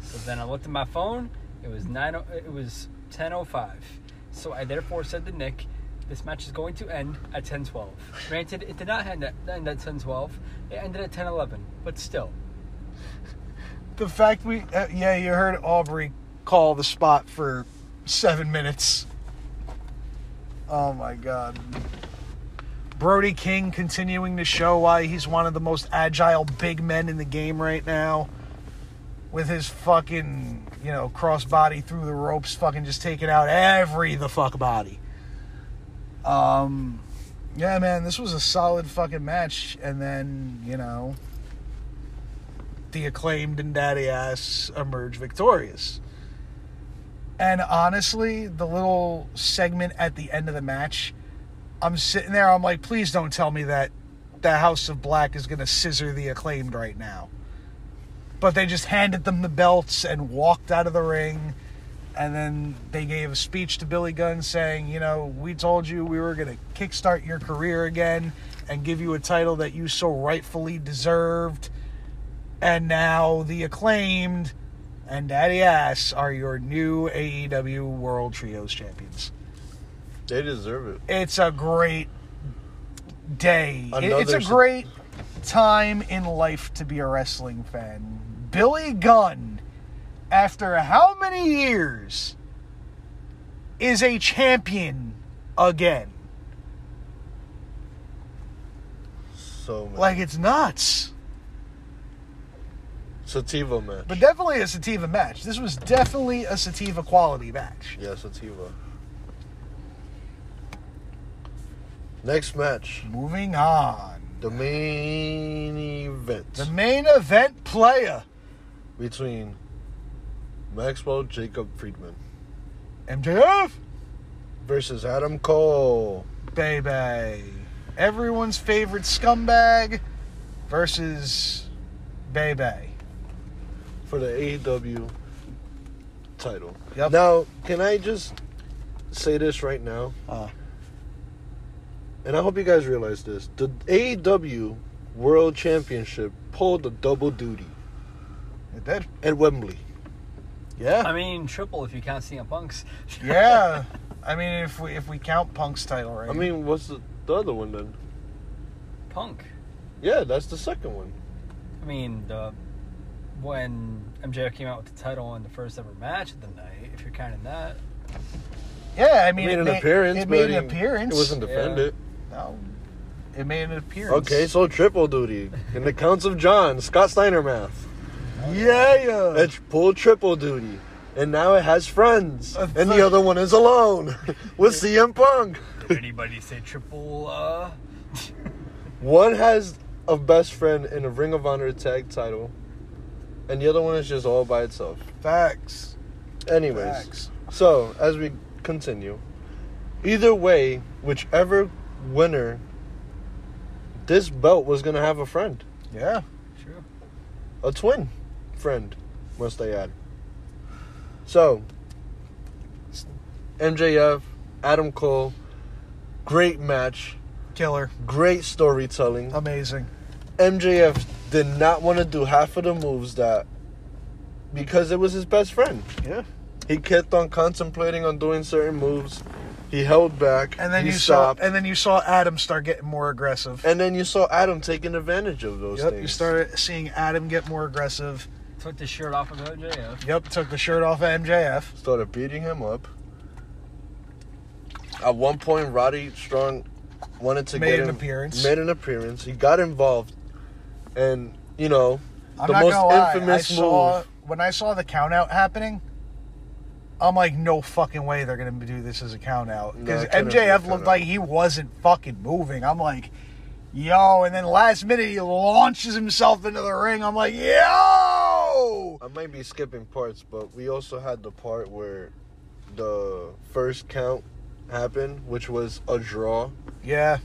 So then I looked at my phone. It was nine. o- It was ten oh five. So I therefore said to Nick, "This match is going to end at ten twelve. Granted, it did not end at, end at ten twelve. It ended at ten eleven. But still,
The fact we, uh, yeah, you heard Aubrey call the spot for seven minutes. Oh my God. Brody King continuing to show why he's one of the most agile big men in the game right now. With his fucking, you know, crossbody through the ropes, fucking just taking out every the fuck body. Um, yeah, man, this was a solid fucking match. And then, you know, the acclaimed and daddy ass emerge victorious. And honestly, the little segment at the end of the match, I'm sitting there. I'm like, please don't tell me that the House of Black is gonna scissor the acclaimed right now. But they just handed them the belts and walked out of the ring. And then they gave a speech to Billy Gunn saying, you know, we told you we were going to kickstart your career again and give you a title that you so rightfully deserved. And now the acclaimed and Daddy Ass are your new AEW World Trios Champions.
They deserve it.
It's a great day. It- it's
Another
a
s-
great time in life to be a wrestling fan. Billy Gunn, after how many years, is a champion again?
So man.
Like, it's nuts.
sativa match.
But definitely a sativa match. This was definitely a sativa quality match.
yeah, sativa. Next match,
Moving on.
the main event
The main event player,
between Maxwell Jacob Friedman
MJF.
versus Adam Cole.
Bebe. Everyone's favorite scumbag versus Bebe.
for the AEW title.
Yep.
Now, can I just say this right now?
Uh.
And I hope you guys realize this. The AEW World Championship pulled a double duty
It did.
at Wembley.
Yeah.
I mean, triple if you count CM Punk's.
yeah. I mean, if we if we count Punk's title, right?
I mean, what's the, the other one then?
Punk.
Yeah, that's the second one.
I mean, the, when MJF came out with the title in the first ever match of the night, if you're counting that,
yeah. I
It
mean,
made
it
an
made-
appearance.
It
but
made an
didn't-
appearance.
It wasn't
Yeah.
defended.
No. It made an appearance.
Okay, so triple duty. In the counts of John, Scott Steiner math.
yeah, yeah.
It's pulled triple duty. And now it has friends.
A
And
third-
the other one is alone with CM Punk.
did anybody say triple? Uh,
One has a best friend in a Ring of Honor tag title, and the other one is just all by itself.
Facts.
Anyways,
Facts.
so as we continue, either way, whichever winner, this belt was gonna have a friend,
Yeah.
true.
a twin friend, must I add. So, MJF, Adam Cole, great match,
Killer.
great storytelling.
Amazing.
MJF did not want to do half of the moves that because it was his best friend.
Yeah.
He kept on contemplating on doing certain moves. He held back.
And then
he
you
stopped.
saw and then you saw Adam start getting more aggressive.
and then you saw Adam taking advantage of those
yep.
things.
You started seeing Adam get more aggressive.
Took the shirt off of MJF.
Yep, took the shirt off of MJF.
started beating him up. At one point, Roddy Strong wanted to
Made
get
an
him-
appearance.
Made an appearance. He got involved, and you know
I'm
the
not
most
gonna lie.
infamous
I saw
move.
when I saw the count out happening. I'm like, no fucking way they're gonna do this as a count out
No,
because
it couldn't be a
MJF
count
looked
out.
like he wasn't fucking moving. I'm like, yo, and then last minute he launches himself into the ring. I'm like, yo,
I might be skipping parts, but we also had the part where the first count happened, which was a draw,
yeah.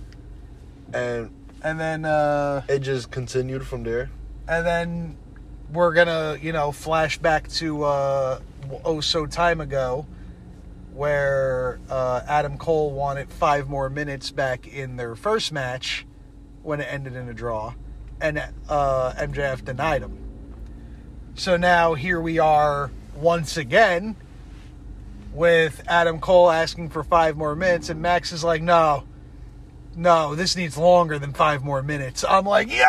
and
And then, uh,
it just continued from there.
and then we're gonna you know flash back to uh, oh so time ago where uh, adam cole wanted five more minutes back in their first match when it ended in a draw and uh, mjf denied him so now here we are once again with adam cole asking for five more minutes and max is like no no, this needs longer than five more minutes. I'm like, yo,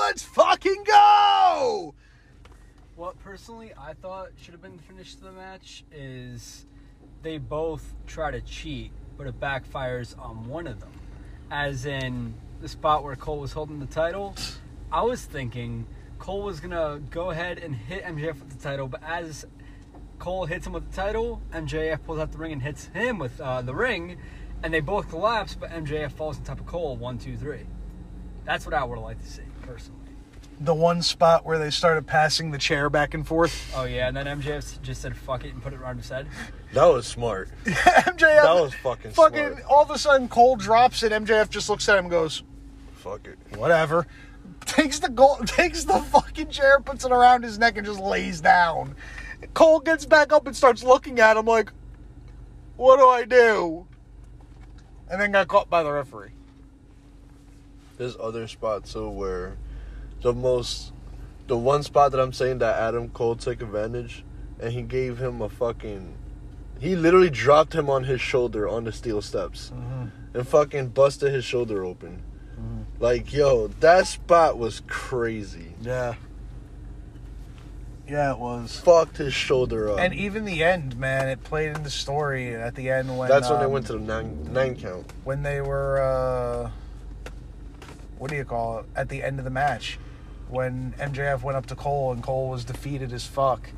let's fucking go.
What personally I thought should have been the finish to the match is they both try to cheat, but it backfires on one of them. As in the spot where Cole was holding the title, I was thinking Cole was gonna go ahead and hit MJF with the title, but as Cole hits him with the title, MJF pulls out the ring and hits him with uh, the ring, and they both collapse, but MJF falls on top of Cole. One, two, three. That's what I would have liked to see personally.
the one spot where they started passing the chair back and forth.
Oh yeah, and then MJF just said fuck it and put it around his head.
That was smart.
MJF
That was fucking
fucking
smart.
all of a sudden Cole drops it. MJF just looks at him and goes,
Fuck it.
whatever. Takes the gold, takes the fucking chair, puts it around his neck, and just lays down. Cole gets back up and starts looking at him like, "What do I do?" And then got caught by the referee.
There's other spots too where the most, the one spot that I'm saying that Adam Cole took advantage, and he gave him a fucking, he literally dropped him on his shoulder on the steel steps,
Mm-hmm.
and fucking busted his shoulder open. Like yo, that spot was crazy.
Yeah. Yeah, it was.
Fucked his shoulder up.
And even the end, man, it played in the story at the end when
That's when they
um,
went to the nine nine count.
when they were uh what do you call it at the end of the match when MJF went up to Cole and Cole was defeated as fuck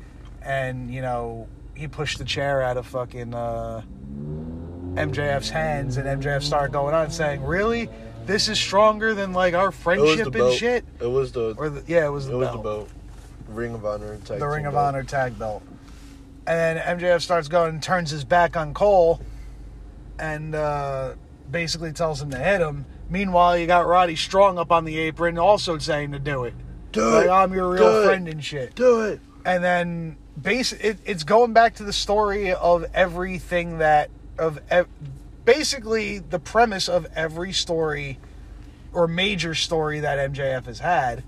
and you know he pushed the chair out of fucking uh MJF's hands and MJF started going on saying really this is stronger than like our
It was the
friendship and
belt.
shit
It was the
or the, yeah it was
it
the
was
belt
the belt. Ring of Honor. Tag
the
team
Ring of
belt.
Honor tag belt. And then MJF starts going and turns his back on Cole and uh, basically tells him to hit him. Meanwhile, you got Roddy Strong up on the apron also saying to do it.
Do
like,
it.
I'm your real
Do it.
friend and shit
Do it.
and then base it, it's going back to the story of everything that of ev- basically the premise of every story or major story that MJF has had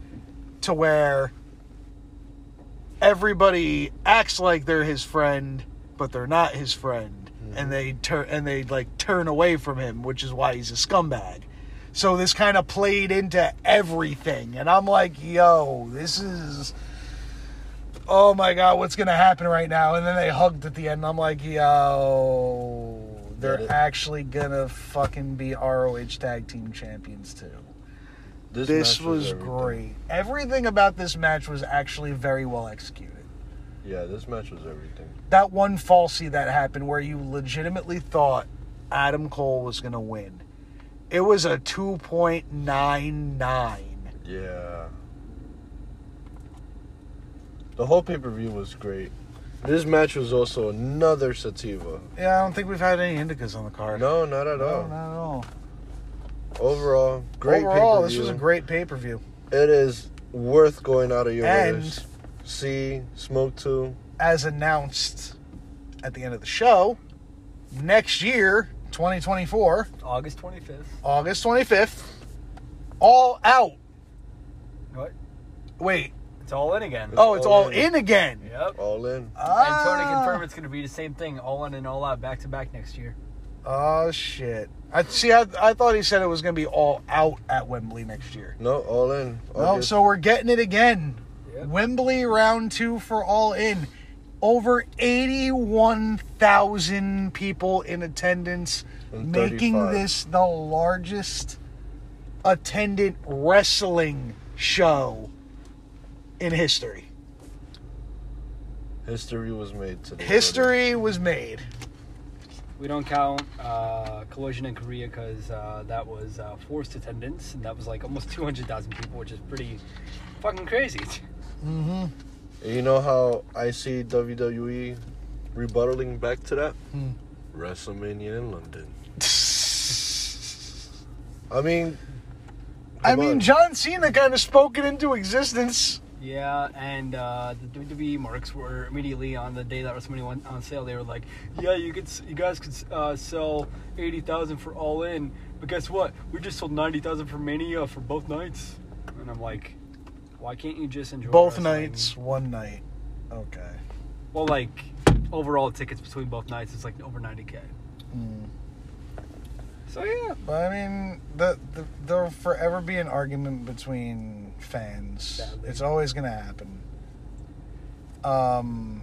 to where everybody acts like they're his friend but they're not his friend
Mm-hmm.
and they turn and they like turn away from him which is why he's a scumbag so this kind of played into everything and i'm like yo this is oh my god, what's gonna happen right now? And then they hugged at the end. And I'm like, yo,
Get
they're
it?
actually gonna fucking be ROH tag team champions too. This,
match
was
everything.
great. Everything about this match was actually very well executed.
Yeah, this match was everything.
That one falsy that happened where you legitimately thought Adam Cole was gonna win. It was a 2.99.
Yeah. The whole pay per view was great. This match was also another sativa.
Yeah, I don't think we've had any indicas on the card.
No, not at
no,
all.
not at all.
Overall, great
Overall,
pay-per-view.
this was a great pay per view.
It is worth going out of your way.
And-
to s- see Smoke Two.
as announced at the end of the show, next year, 2024,
August 25th.
August 25th, all out.
What?
Wait,
It's all in again.
oh, it's all in again.
Yep.
All in.
And Tony
Ah.
confirmed it's going to be the same thing, all in and all out, back to back next year.
Oh shit! I see. I, I thought he said it was gonna be all out at Wembley next year.
No, all in.
Oh,
August.
so we're getting it again.
Yep.
Wembley round two for all in. Over 81,000 people in attendance,
And
making
35.
this the largest attendant wrestling show in history.
history was made today. brother.
History was made.
We don't count uh, Collision in Korea because uh, that was uh, forced attendance, and that was like almost 200,000 people, which is pretty fucking crazy.
Mm-hmm.
You know how I see WWE E rebuttaling back to that?
Hmm.
WrestleMania in London. I mean,
I
come
mean,
on.
John Cena kind of spoke it into existence.
Yeah, and uh, the WWE marks were immediately on the day that WrestleMania went on sale. They were like, "Yeah, you could, s- you guys could uh, sell eighty thousand for All In, but guess what? We just sold ninety thousand for Mania for both nights." And I'm like, "Why can't you just enjoy
Both
wrestling?"
nights, one night. Okay.
Well, like overall tickets between both nights is like over ninety k.
Mm.
So yeah,
But I mean, the, the there'll forever be an argument between fans.
Sadly.
It's always gonna happen. Um,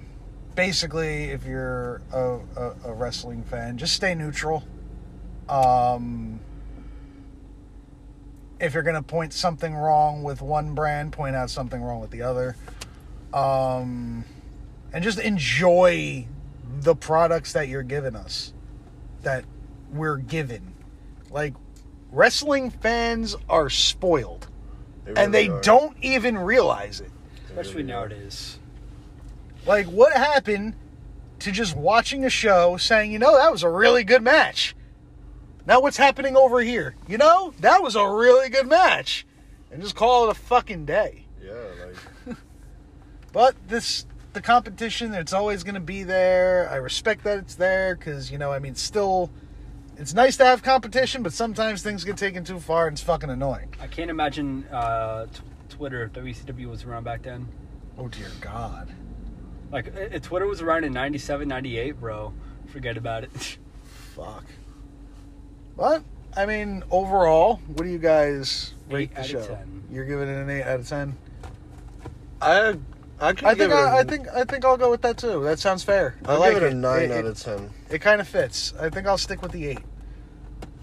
basically, if you're a, a, a wrestling fan, just stay neutral. Um, if you're gonna point something wrong with one brand, point out something wrong with the other. Um, and just enjoy the products that you're giving us, that we're given like wrestling fans are spoiled and they
really are.
don't even realize it.
They
especially
really are.
nowadays.
Like, what happened to just watching a show saying, you know, that was a really good match? Now, what's happening over here? You know, that was a really good match. And just call it a fucking day.
Yeah, like
But this, the competition, it's always going to be there. I respect that it's there because, you know, I mean, still, it's nice to have competition, but sometimes things get taken too far and it's fucking annoying.
I can't imagine uh, t- Twitter if WCW was around back then.
Oh, dear God.
Like i- if Twitter was around in 97, 98, bro, forget about it.
Fuck. But I mean, overall, what do you guys rate
Eight
the
out of
show?
10.
You're giving it an eight out of ten.
I I can
I
give
think
it
I,
a-
I think I think I'll go with that too. That sounds fair. I
I'll
like
give it a nine
it,
out
it,
of ten.
It kind of fits. I think I'll stick with the eight.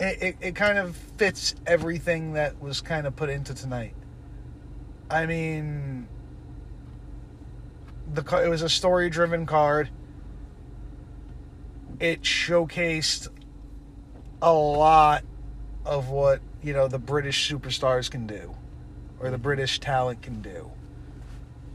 It, it it kind of fits everything that was kind of put into tonight. I mean, the ca- it was a story driven card. It showcased a lot of what you know the British superstars can do, or the British talent can do,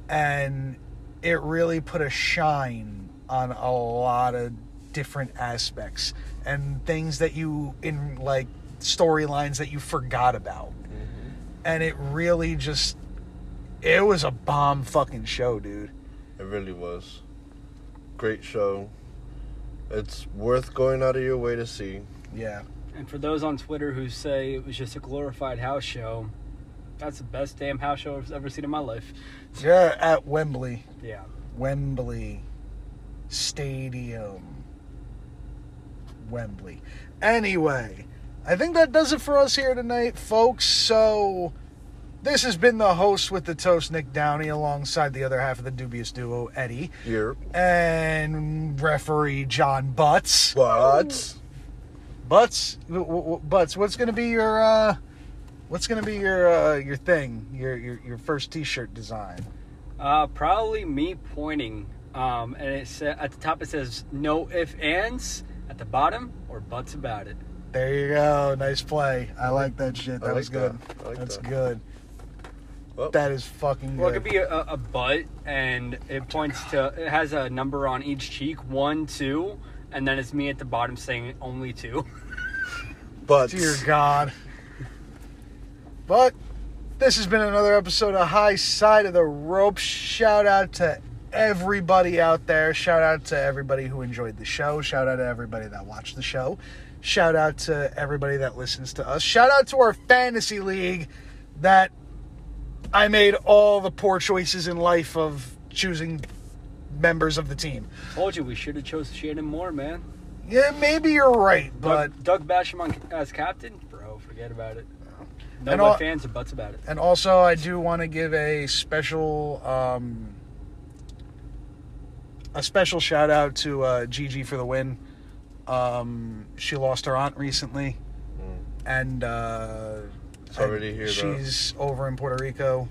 and it really put a shine on a lot of different aspects and things that you in like storylines that you forgot about, and it really just it was a bomb fucking show, dude.
It really was. Great show. It's worth going out of your way to see.
Yeah,
and for those on Twitter who say it was just a glorified house show, that's the best damn house show I've ever seen in my life.
yeah, at Wembley,
Yeah,
Wembley Stadium. Wembley. Anyway, I think that does it for us here tonight, folks. So, this has been the host with the toast, Nick Downey, alongside the other half of the dubious duo, Eddie,
Your
and referee John Butts.
But
Butts, w- w- w- Butts, what's gonna be your uh, what's gonna be your uh, your thing, your your your first T-shirt design?
uh, probably me pointing, um, and it sa- at the top it says no if ands, at the bottom or buts about it.
There you go. Nice play. I like that shit.
I
That was
like
good.
that. I like
That's
that.
good.
Well-
that is fucking good.
Well, it could be a, a butt, and it points to it has a number on each cheek, one, two, and then it's me at the bottom saying only two.
but
Dear God. But this has been another episode of High Side of the Ropes. Shout out to everybody out there. Shout out to everybody who enjoyed the show. Shout out to everybody that watched the show. Shout out to everybody that listens to us. Shout out to our fantasy league that I made all the poor choices in life of choosing members of the team.
Told you we should have chose Shannon Moore, man.
Yeah, maybe you're right, but
Doug, Doug Basham on, as captain, bro. Forget about it. No
And
my
all-
fans are butts about it.
And also, I do want to give a special um, a special shout out to uh, Gigi for the win. Um, she lost her aunt recently, and uh,
Sorry to hear that.
she's over in Puerto Rico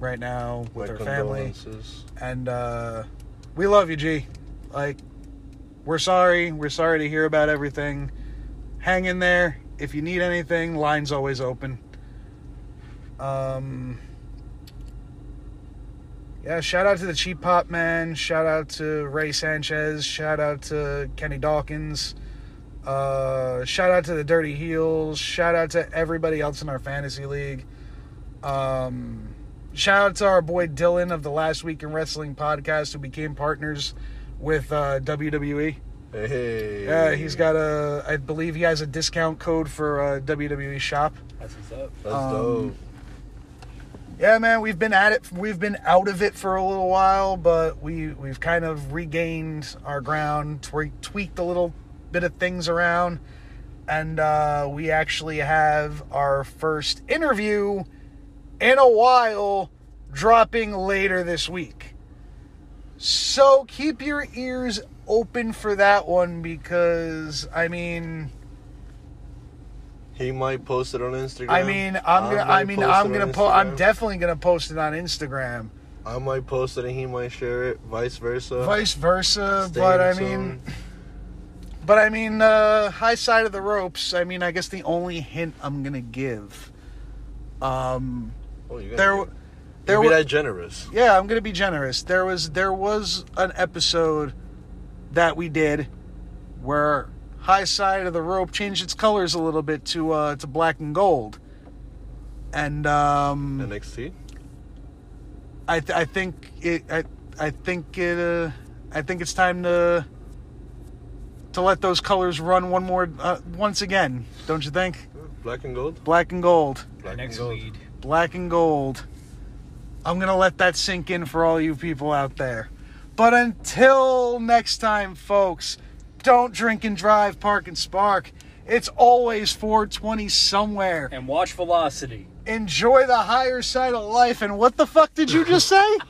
right now with
mm, my
her family.
condolences.
And uh, we love you, G. Like, we're sorry. We're sorry to hear about everything. Hang in there. If you need anything, line's always open. Um, yeah, shout out to the Cheap Pop Man. Shout out to Ray Sanchez. Shout out to Kenny Dawkins. Uh, shout out to the Dirty Heels. Shout out to everybody else in our fantasy league. Um, shout out to our boy Dylan of the Last Week in Wrestling podcast, who became partners with uh, WWE.
Hey.
Yeah, Uh, he's got a, I believe he has a discount code for uh, WWE shop.
That's what's up.
That's
um,
dope.
Yeah, man, we've been at it. We've been out of it for a little while, but we we've kind of regained our ground, twe- tweaked a little bit of things around, and uh, we actually have our first interview in a while dropping later this week. So keep your ears open for that one because I mean.
He might post it on Instagram.
I mean, I'm gonna. I mean,
post
I'm
it
gonna.
on
Po- I'm
Instagram.
definitely gonna post it on Instagram.
I might post it and he might share it, vice versa.
Vice versa,
Stay
but I mean,
tuned.
but I mean, uh, high side of the ropes. I mean, I guess the only hint I'm gonna give, um,
Oh,
There,
you gotta
w-
be-
there
be
was
that generous.
yeah. I'm gonna be generous. There was there was an episode that we did where high side of the rope changed its colors a little bit to uh to black and gold, and um
NXT.
I th- I think it I I think it uh, I think it's time to to let those colors run one more uh, once again, don't you think?
Black and gold.
Black and gold,
Black
next
and gold.
lead.
black and gold. I'm gonna let that sink in for all you people out there. But until next time, folks, don't drink and drive, park and spark. It's always 420 somewhere.
And watch Velocity.
Enjoy the higher side of life. And what the fuck did you just say?